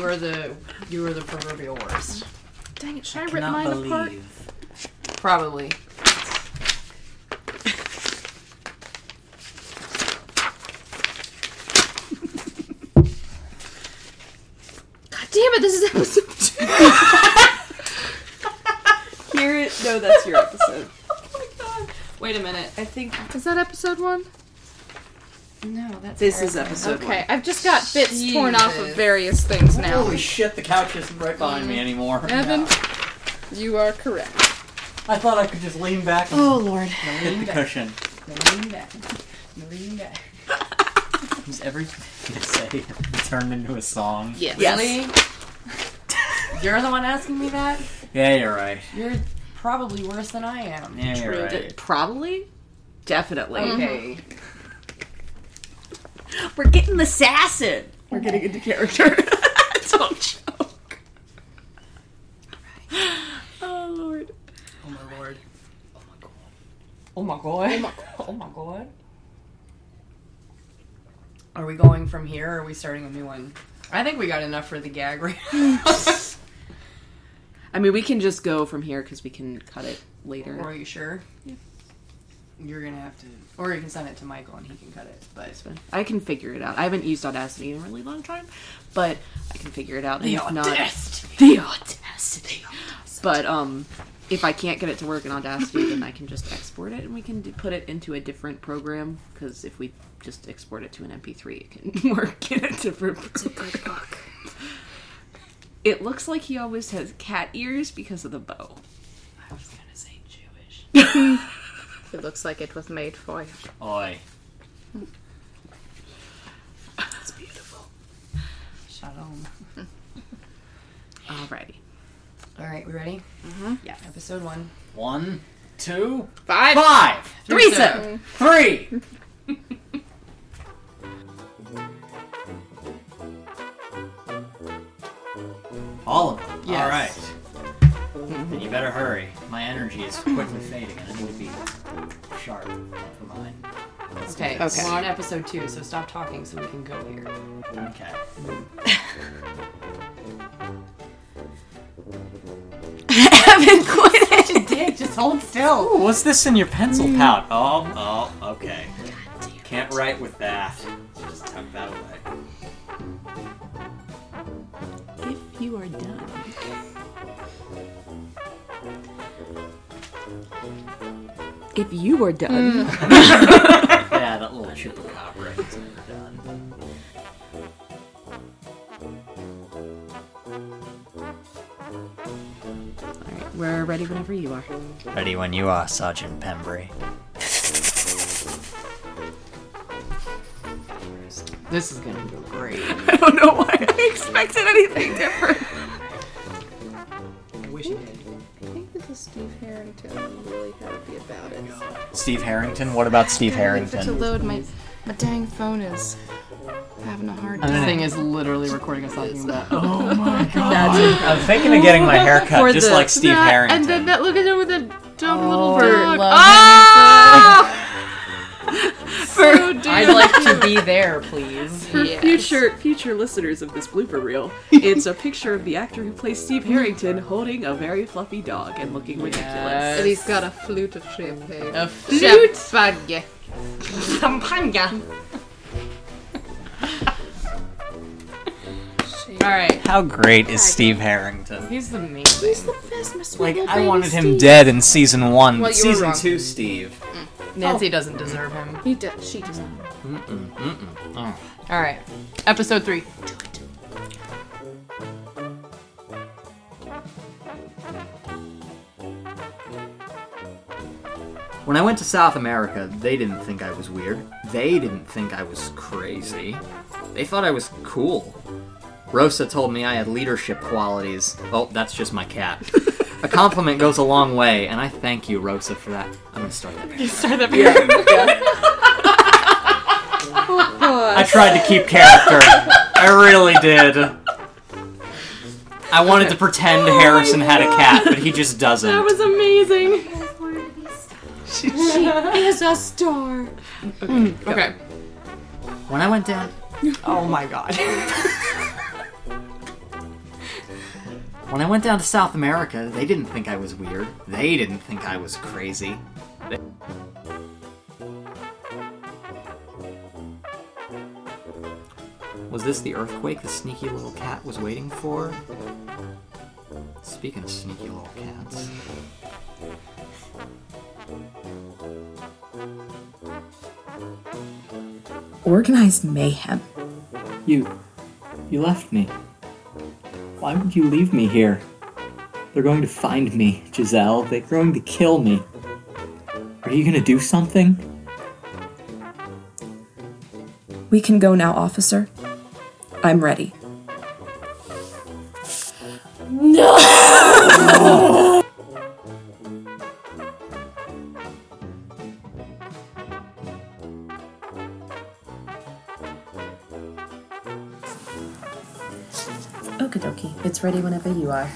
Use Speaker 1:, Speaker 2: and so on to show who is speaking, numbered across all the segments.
Speaker 1: were the you were the proverbial worst.
Speaker 2: Dang it, should I,
Speaker 3: I
Speaker 2: rip
Speaker 3: cannot
Speaker 2: mine
Speaker 3: believe.
Speaker 2: apart?
Speaker 1: Probably.
Speaker 2: God damn it, this is episode two.
Speaker 3: Hear it? No, that's your episode.
Speaker 1: Wait a minute.
Speaker 3: I think
Speaker 2: Oh Is that episode one?
Speaker 1: No, that's
Speaker 3: this is episode
Speaker 2: Okay, I've just got bits torn off of
Speaker 1: Jesus.
Speaker 2: various things
Speaker 3: one.
Speaker 2: now.
Speaker 3: Holy shit, the couch isn't right behind me anymore.
Speaker 2: Evan, you are correct.
Speaker 3: I thought I could just lean back and
Speaker 1: Oh lord.
Speaker 3: hit the cushion.
Speaker 1: Lean back. Lean back.
Speaker 3: Is everything I say turned into a song?
Speaker 2: Yes.
Speaker 1: Really? You're the one asking me that?
Speaker 3: Yeah, you're right.
Speaker 1: You're probably worse than I am.
Speaker 3: Yeah, you're
Speaker 4: True.
Speaker 3: right.
Speaker 4: Probably. Definitely.
Speaker 1: Okay.
Speaker 4: We're getting the assassin. We're getting into character. Don't joke. Oh lord.
Speaker 1: Oh my lord. Oh my god. Oh my god. Oh my god. Are we going from here or are we starting a new one? I think we got enough for the gag right
Speaker 4: I mean, we can just go from here because we can cut it later.
Speaker 1: Are you sure? You're gonna have to, or you can send it to Michael and he can cut it. But
Speaker 4: It's fine. I can figure it out. I haven't used Audacity in a really long time, but I can figure it out. And
Speaker 1: the
Speaker 4: if not-
Speaker 1: audacity.
Speaker 4: the audacity. But um, if I can't get it to work in Audacity, then I can just export it and we can d- put it into a different program. Because if we just export it to an MP3, it can work in a different. program. It looks like he always has cat ears because of the bow.
Speaker 1: I was gonna say Jewish.
Speaker 2: It looks like it was made for you.
Speaker 3: Oi.
Speaker 4: It's beautiful.
Speaker 1: Shalom.
Speaker 4: Alrighty.
Speaker 1: All right, we ready?
Speaker 2: Mm-hmm.
Speaker 1: Yeah. Episode one.
Speaker 3: One, two,
Speaker 2: Five.
Speaker 3: five,
Speaker 4: Threesome.
Speaker 2: Mm-hmm.
Speaker 3: three. All of them. All
Speaker 1: Yes.
Speaker 3: right. And you better hurry. My energy is quickly fading, and I need to be sharp for mine.
Speaker 1: Okay.
Speaker 4: Okay.
Speaker 1: We're on episode two, so stop talking so we can go here.
Speaker 3: Okay.
Speaker 4: Evan quit it.
Speaker 1: Dick, just hold still.
Speaker 3: What's this in your pencil pouch? Oh, oh, okay. Can't write with that. Just tuck that away.
Speaker 4: If you are done. If you are done.
Speaker 3: Yeah, that little chupacabra is never done.
Speaker 4: Alright, we're ready whenever you are.
Speaker 3: Ready when you are, Sergeant Pembry.
Speaker 1: This is gonna go great.
Speaker 4: I don't know why I expected anything different.
Speaker 1: I wish you did.
Speaker 2: I think this is Steve Harrington. I'm really happy about it.
Speaker 3: Steve Harrington? What about Steve
Speaker 2: to load my my dang phone is having a hard
Speaker 1: This
Speaker 2: time.
Speaker 1: thing is literally recording us talking about.
Speaker 3: I'm thinking of getting my hair cut just like Steve
Speaker 2: That-
Speaker 3: Harrington.
Speaker 2: And then that look at him with that dumb little bird.
Speaker 1: love
Speaker 2: Ah! so
Speaker 1: I'd
Speaker 2: dude.
Speaker 1: like to be there, please.
Speaker 4: For
Speaker 2: Yes.
Speaker 4: future future listeners of this blooper reel, it's a picture of the actor who plays Steve Harrington holding a very fluffy dog and looking ridiculous.
Speaker 2: And he's got a flute of champagne.
Speaker 1: A flute.
Speaker 2: Champagne.
Speaker 1: All right.
Speaker 3: How great is Steve Harrington?
Speaker 1: He's the main.
Speaker 2: He's the best, my sweet
Speaker 3: Like
Speaker 2: little
Speaker 3: I
Speaker 2: baby
Speaker 3: wanted him
Speaker 2: Steve.
Speaker 3: dead in season one,
Speaker 2: Well,
Speaker 3: but
Speaker 2: you were
Speaker 3: season
Speaker 2: wrong.
Speaker 3: two, Steve.
Speaker 1: Nancy doesn't deserve him.
Speaker 2: He did. She does not.
Speaker 1: All right. Episode three.
Speaker 3: When I went to South America, they didn't think I was weird. They didn't think I was crazy. They thought I was cool. Rosa told me I had leadership qualities. Oh, that's just my cat. a compliment goes a long way, and I thank you, Rosa, for that. I'm gonna start that. You start that. I tried to keep character. I really did. I wanted to pretend Harrison had a cat, but he just doesn't.
Speaker 1: was amazing.
Speaker 2: He's a star.
Speaker 1: Mm, Okay.
Speaker 3: when I went down
Speaker 1: Oh my god.
Speaker 3: When I went down to South America, they didn't think I was weird. They didn't think I was crazy. Was this the earthquake the sneaky little cat was waiting for? Speaking of sneaky little cats.
Speaker 5: Organized mayhem.
Speaker 3: You. You left me. Why would you leave me here? They're going to find me, Giselle. They're going to kill me. Are you gonna do something?
Speaker 5: We can go now, officer. I'm ready. No! Okie dokie. It's ready whenever you are.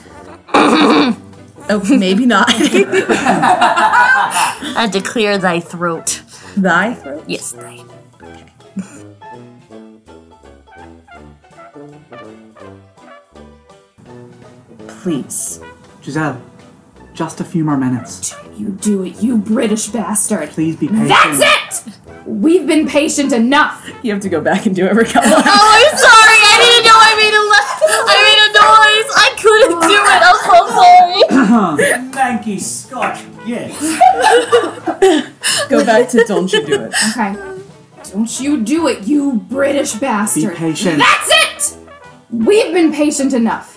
Speaker 5: oh, maybe not.
Speaker 6: I had to clear thy throat.
Speaker 5: Thy throat?
Speaker 6: Yes, thy.
Speaker 5: Please.
Speaker 7: Giselle, just a few more minutes.
Speaker 8: You do it, you British bastard.
Speaker 7: Please be patient.
Speaker 8: That's it! We've been patient enough.
Speaker 5: You have to go back and do every couple of
Speaker 6: Oh, I'm sorry. I didn't know I made a laugh. I made a noise. I couldn't do it. I'm so sorry.
Speaker 9: Thanky Scotch, yes.
Speaker 5: Go back to don't you do it.
Speaker 8: Okay. Don't you do it, you British
Speaker 7: Be
Speaker 8: bastard.
Speaker 7: patient.
Speaker 8: That's it! We've been patient enough.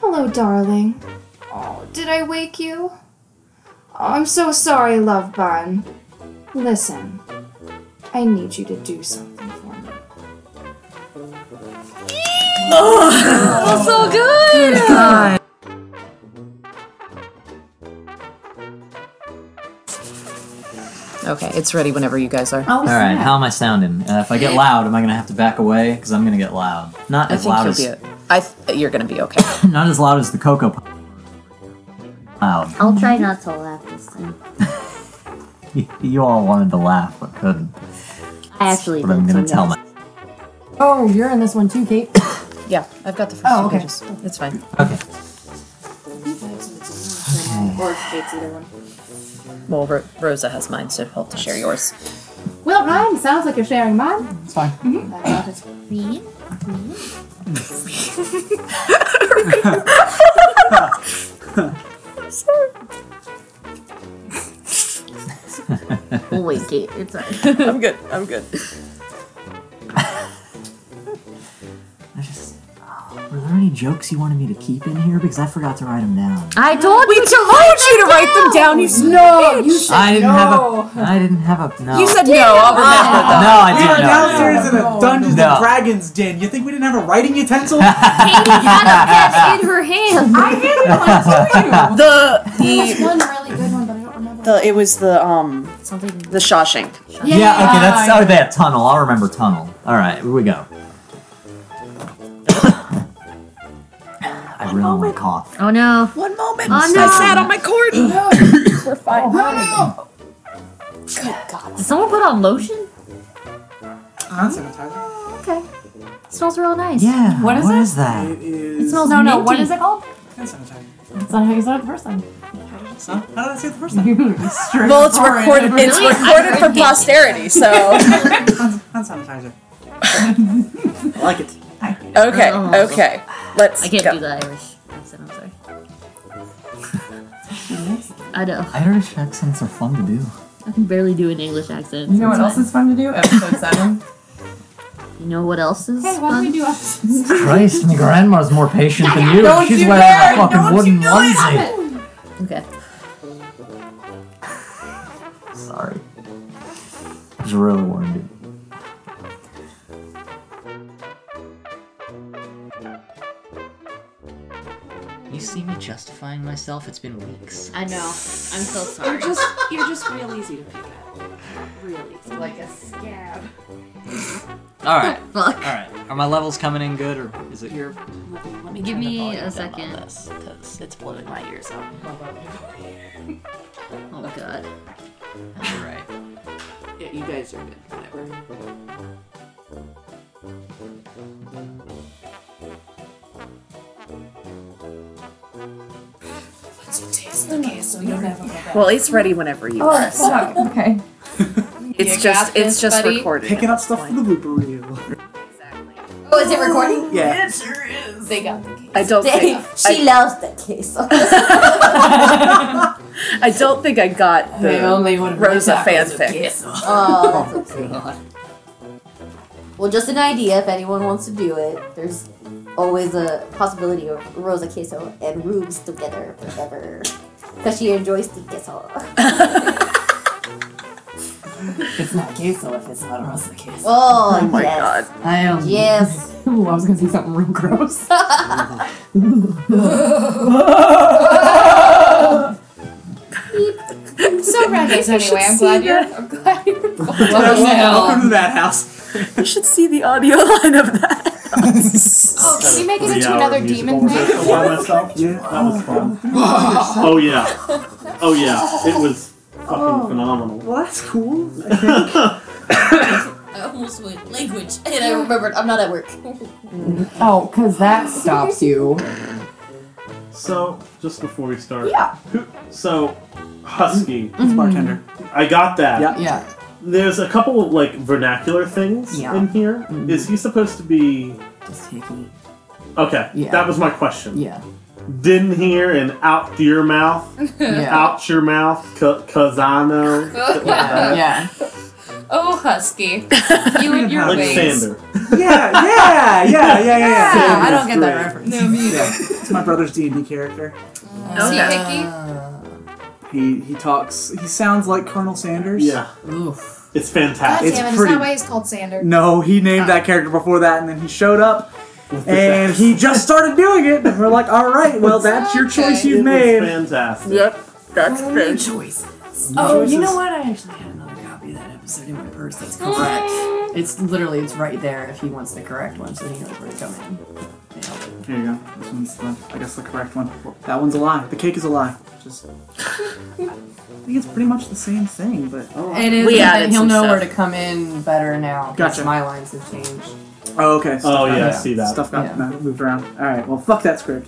Speaker 8: Hello, darling. Oh, did I wake you? Oh, I'm so sorry, love bun. Listen, I need you to do something for me.
Speaker 6: so good.
Speaker 5: Okay, it's ready whenever you guys are.
Speaker 8: Oh,
Speaker 3: Alright, how am I sounding? Uh, if I get loud, am I gonna have to back away? Because I'm gonna get loud. Not
Speaker 5: I
Speaker 3: as
Speaker 5: think
Speaker 3: loud
Speaker 5: you'll
Speaker 3: as
Speaker 5: be. o- I th- you're gonna be okay.
Speaker 3: not as loud as the Cocoa Pop. Loud.
Speaker 6: I'll try
Speaker 8: Mm-hmm.
Speaker 6: not to laugh this time.
Speaker 3: You all wanted to laugh but couldn't.
Speaker 6: I actually
Speaker 3: But I'm
Speaker 6: did
Speaker 3: gonna
Speaker 6: sometimes.
Speaker 3: tell my
Speaker 8: oh, you're in this one too, Kate.
Speaker 5: yeah, I've got the first
Speaker 8: Oh,
Speaker 5: two
Speaker 8: okay.
Speaker 5: pages. It's fine.
Speaker 3: Okay.
Speaker 8: Or Kate's either one.
Speaker 5: Well, Ro- Rosa has mine, so help to share yours.
Speaker 8: Well, Ryan, sounds like you're sharing mine.
Speaker 7: It's fine.
Speaker 8: I got it.
Speaker 6: Oh, wait, Kate, it's all right.
Speaker 5: I'm good. I'm good.
Speaker 3: I just were there any jokes you wanted me to keep in here? Because I forgot to write them down.
Speaker 6: I told
Speaker 5: We told you to write them down. You s-
Speaker 8: No, you should
Speaker 3: I didn't
Speaker 8: know.
Speaker 3: have a. I didn't have a. No.
Speaker 5: you said no. I'll remember
Speaker 3: no,
Speaker 5: them.
Speaker 3: I
Speaker 7: We are
Speaker 3: didn't. know.
Speaker 7: downstairs in a Dungeons
Speaker 3: No.
Speaker 7: and Dragons den. You think we didn't have a writing utensil?
Speaker 6: had a pen in her hand.
Speaker 8: I did one
Speaker 4: The
Speaker 8: too. There's one really good one, but I don't remember.
Speaker 5: Uh,
Speaker 4: the it was the um the Shawshank.
Speaker 3: Yeah, okay, that's oh that tunnel. I'll remember tunnel. All right, here we go. I really want to cough.
Speaker 6: Oh no.
Speaker 5: One moment.
Speaker 6: Oh no.
Speaker 5: my cord. We're fine.
Speaker 8: Oh,
Speaker 6: Did someone put on lotion?
Speaker 7: Hand sanitizer.
Speaker 6: Okay. smells real nice.
Speaker 3: Yeah.
Speaker 8: What is it?
Speaker 3: that?
Speaker 7: It is.
Speaker 6: smells
Speaker 8: no, no.
Speaker 6: minty.
Speaker 8: What is it called?
Speaker 7: Hand sanitizer.
Speaker 8: That's not how you said it the first time.
Speaker 7: Huh? How did I say it the first time?
Speaker 5: Well, it's recorded. It's
Speaker 6: Really?
Speaker 5: recorded for posterity. So
Speaker 7: Hand, hand sanitizer. I like it.
Speaker 5: okay, okay. Let's
Speaker 6: I can't
Speaker 5: go.
Speaker 6: do the Irish accent, I'm sorry. I know.
Speaker 3: Irish accents are fun to do.
Speaker 6: I can barely do an English accent.
Speaker 10: You know what else is fun to do? Episode 7.
Speaker 6: You know what else is
Speaker 8: Hey, why
Speaker 6: fun?
Speaker 8: don't we do episodes?
Speaker 3: Christ, my grandma's more patient than you.
Speaker 10: Don't
Speaker 3: She's
Speaker 10: you
Speaker 3: wearing
Speaker 10: dare,
Speaker 3: a fucking
Speaker 10: don't
Speaker 3: wooden
Speaker 10: you do it.
Speaker 3: onesie.
Speaker 6: Okay.
Speaker 3: Sorry. I was really warmed. You see me justifying identifying myself. It's been weeks.
Speaker 6: I know. I'm so sorry.
Speaker 4: You're just you're just real easy to pick at. Real easy.
Speaker 6: like a scab.
Speaker 3: All right.
Speaker 6: Fuck.
Speaker 3: All right. Are my levels coming in good, or is it your?
Speaker 4: Let turn
Speaker 6: Give
Speaker 4: the
Speaker 6: me
Speaker 4: volume
Speaker 6: a
Speaker 4: down
Speaker 6: second.
Speaker 4: on this, 'cause it's blowing my ears up.
Speaker 6: Oh god.
Speaker 3: All right.
Speaker 4: Yeah, you guys are good. Whatever. Well, it's ready whenever you are.
Speaker 10: fuck. Oh, Okay.
Speaker 4: It's
Speaker 6: You
Speaker 4: just
Speaker 6: got
Speaker 4: it's
Speaker 6: this,
Speaker 4: just
Speaker 6: buddy?
Speaker 4: recorded.
Speaker 7: Picking up stuff from the blooper reel.
Speaker 6: Oh, is it recording?
Speaker 7: Yeah.
Speaker 6: It sure is. They got the case.
Speaker 4: I don't
Speaker 6: They,
Speaker 4: think
Speaker 6: she loves the case.
Speaker 4: I don't think I got the Rosa fanfic.
Speaker 6: oh, that's okay. Well, just an idea if anyone wants to do it. There's always a possibility of Rosa Queso and Rubes together forever. Because she enjoys the queso.
Speaker 10: It's not queso if it's not rosa queso.
Speaker 6: Oh,
Speaker 4: Oh my
Speaker 6: yes.
Speaker 4: god.
Speaker 10: I am.
Speaker 6: Yes.
Speaker 10: Ooh, I was gonna say something real gross.
Speaker 8: So reckless anyway. I'm glad you're. I'm glad you're.
Speaker 7: Welcome to that house.
Speaker 4: You should see the audio line of that.
Speaker 8: Oh, can we make it into another demon thing?
Speaker 11: by myself. Yeah, that was fun. oh yeah, oh yeah, it was fucking
Speaker 10: Oh.
Speaker 11: phenomenal.
Speaker 7: Well, that's cool.
Speaker 6: I almost went language. And I remembered I'm not at work.
Speaker 10: Oh, cause that stops you.
Speaker 11: So just before we start,
Speaker 10: Yeah. Mm-hmm.
Speaker 11: who, so husky,
Speaker 7: It's bartender.
Speaker 11: I got that.
Speaker 7: Yeah.
Speaker 10: Yeah.
Speaker 11: There's a couple of, like vernacular things
Speaker 10: Yeah.
Speaker 11: in here. Is
Speaker 7: Mm-hmm.
Speaker 11: he supposed to be?
Speaker 10: Just taking it.
Speaker 11: Okay,
Speaker 10: Yeah.
Speaker 11: that was my question.
Speaker 10: Yeah.
Speaker 11: Didn't hear and out to your mouth,
Speaker 10: Yeah.
Speaker 11: out your mouth, ca- Kazano, shit like that.
Speaker 10: Yeah.
Speaker 6: Oh, Husky. You and your
Speaker 11: like
Speaker 6: ways.
Speaker 11: Sander.
Speaker 7: Yeah, yeah, yeah, yeah, yeah, yeah.
Speaker 11: Sander
Speaker 10: I don't
Speaker 11: is
Speaker 10: get that
Speaker 11: great.
Speaker 10: reference.
Speaker 7: It's my brother's D and D character.
Speaker 6: See, Hickey?
Speaker 7: He he talks. He sounds like Colonel Sanders.
Speaker 11: Yeah,
Speaker 10: Oof.
Speaker 11: it's
Speaker 8: God
Speaker 11: fantastic.
Speaker 7: It's
Speaker 8: damn it! It's
Speaker 7: pretty-
Speaker 8: not why he's called Sander.
Speaker 7: No, he named that character before that, and then he showed up, and he just started doing it. And we're like, all right, well, that's your choice
Speaker 11: it
Speaker 7: you
Speaker 11: was
Speaker 7: made.
Speaker 11: fantastic.
Speaker 4: Yep, that's good.
Speaker 10: choice. Oh, you
Speaker 7: choices.
Speaker 10: know what? I actually had another copy of that episode in my purse. That's correct. It's literally it's right there if he wants the correct one, so he knows where to come in. Nailed it.
Speaker 7: Here you go. This one's the, I guess the correct one. That one's a lie. The cake is a lie. Just. I think it's pretty much the same thing, but
Speaker 11: Oh.
Speaker 10: It is.
Speaker 4: We
Speaker 10: and
Speaker 4: added
Speaker 10: he'll
Speaker 4: some
Speaker 10: know where
Speaker 4: stuff.
Speaker 10: to come in better now. 'cause
Speaker 7: Gotcha.
Speaker 10: My lines have changed.
Speaker 7: oh, okay. Stuff
Speaker 11: Oh,
Speaker 7: got-
Speaker 11: yeah, I see that.
Speaker 7: Stuff got
Speaker 10: Yeah.
Speaker 7: no, moved around. All right. Well, fuck that script.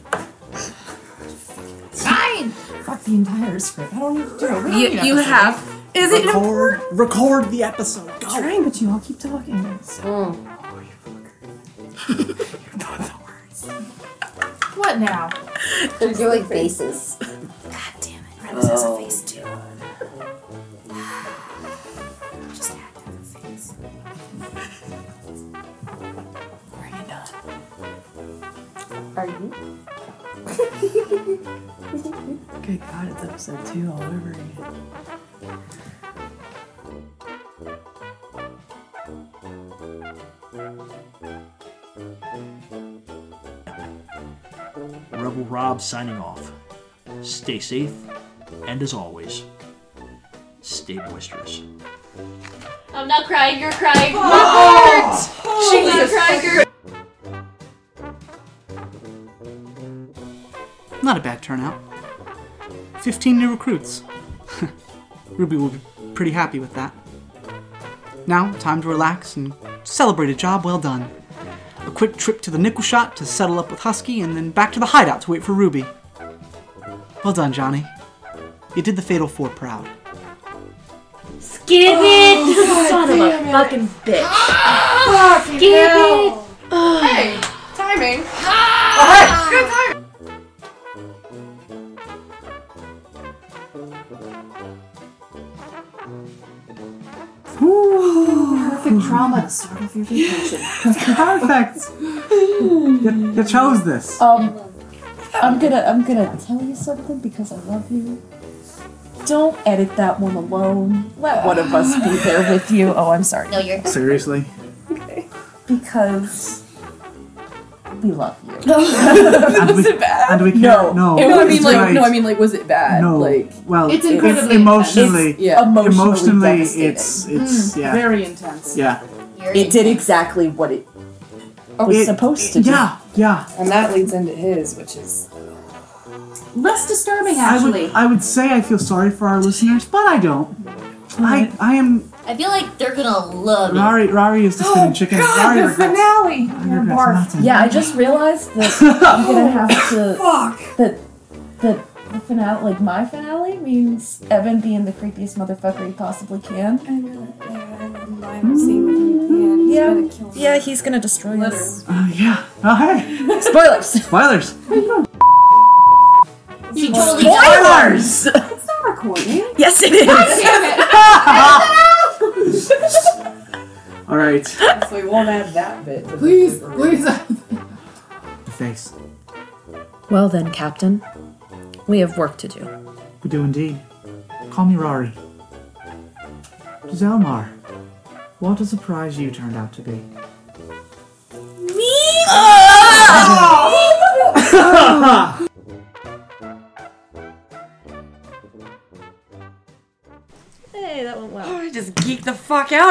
Speaker 8: Fine.
Speaker 10: Fuck the entire script. I don't need to do it.
Speaker 4: You, you have. Is it
Speaker 7: Record, record the episode.
Speaker 10: I'm
Speaker 7: Go.
Speaker 10: trying, but you all keep talking.
Speaker 8: What now?
Speaker 6: They're doing faces.
Speaker 8: God damn it! Rose has a face too. Just act on the face.
Speaker 6: Are you?
Speaker 10: Good God, it's episode two all over again.
Speaker 11: Rebel Rob signing off. Stay safe, and as always, stay boisterous.
Speaker 6: I'm not crying, you're crying. My heart! I'm not crying, you're
Speaker 7: Not a bad turnout. 15 new recruits. Ruby will be pretty happy with that. Now, time to relax and celebrate a job well done. A quick trip to the nickel shot to settle up with Husky, and then back to the hideout to wait for Ruby. Well done, Johnny. You did the Fatal Four proud.
Speaker 6: Give it! Son of a fucking bitch. Give it!
Speaker 1: Timing.
Speaker 10: Perfect trauma to start off your vacation.
Speaker 7: Perfect! you, you chose this.
Speaker 10: Um, I'm gonna I'm gonna tell you something because I love you. Don't edit that one alone. Let one of us be there with you. Oh, I'm sorry.
Speaker 6: No, you're.
Speaker 7: Seriously?
Speaker 10: Because
Speaker 4: we love you.
Speaker 7: and we, and we can't.
Speaker 4: No,
Speaker 7: no,
Speaker 4: no, I mean
Speaker 7: it's
Speaker 4: like,
Speaker 7: right.
Speaker 4: no, I mean like, was it bad?
Speaker 7: No,
Speaker 4: like,
Speaker 7: well, It's incredibly it's emotionally-
Speaker 4: It's, yeah, emotionally,
Speaker 7: emotionally,
Speaker 4: devastating.
Speaker 7: it's- it's- Mm, yeah. very intense. Yeah.
Speaker 4: It did exactly what it was
Speaker 7: It-
Speaker 4: supposed
Speaker 7: it-
Speaker 4: to.
Speaker 7: yeah,
Speaker 4: do.
Speaker 7: yeah.
Speaker 1: And that leads into his, which is
Speaker 4: less disturbing.
Speaker 7: I would, I would say I feel sorry for our listeners, but I don't. I, I am.
Speaker 6: I feel like they're gonna love it.
Speaker 7: Rari, Rari is the spinning chicken. Rari regrets-
Speaker 4: finale. Yeah, I just realized that I'm gonna have to. Oh, Fuck. That that the finale, like my finale, means Evan being the creepiest motherfucker he possibly can. Yeah, yeah, he's gonna destroy us.
Speaker 7: Uh, yeah. Oh, hey.
Speaker 4: Spoilers.
Speaker 7: Spoilers.
Speaker 6: You
Speaker 4: totally
Speaker 7: Spoilers!
Speaker 1: it's not recording.
Speaker 4: Yes, it is.
Speaker 7: All right.
Speaker 1: so we won't add that bit. To
Speaker 12: Please,
Speaker 1: the
Speaker 12: please.
Speaker 7: The face.
Speaker 2: Well then, Captain, we have work to do.
Speaker 7: We do indeed. Call me Rari. Zelmar, what a surprise you turned out to be.
Speaker 6: Me?
Speaker 4: Hey, that went well.
Speaker 13: I just geeked the fuck out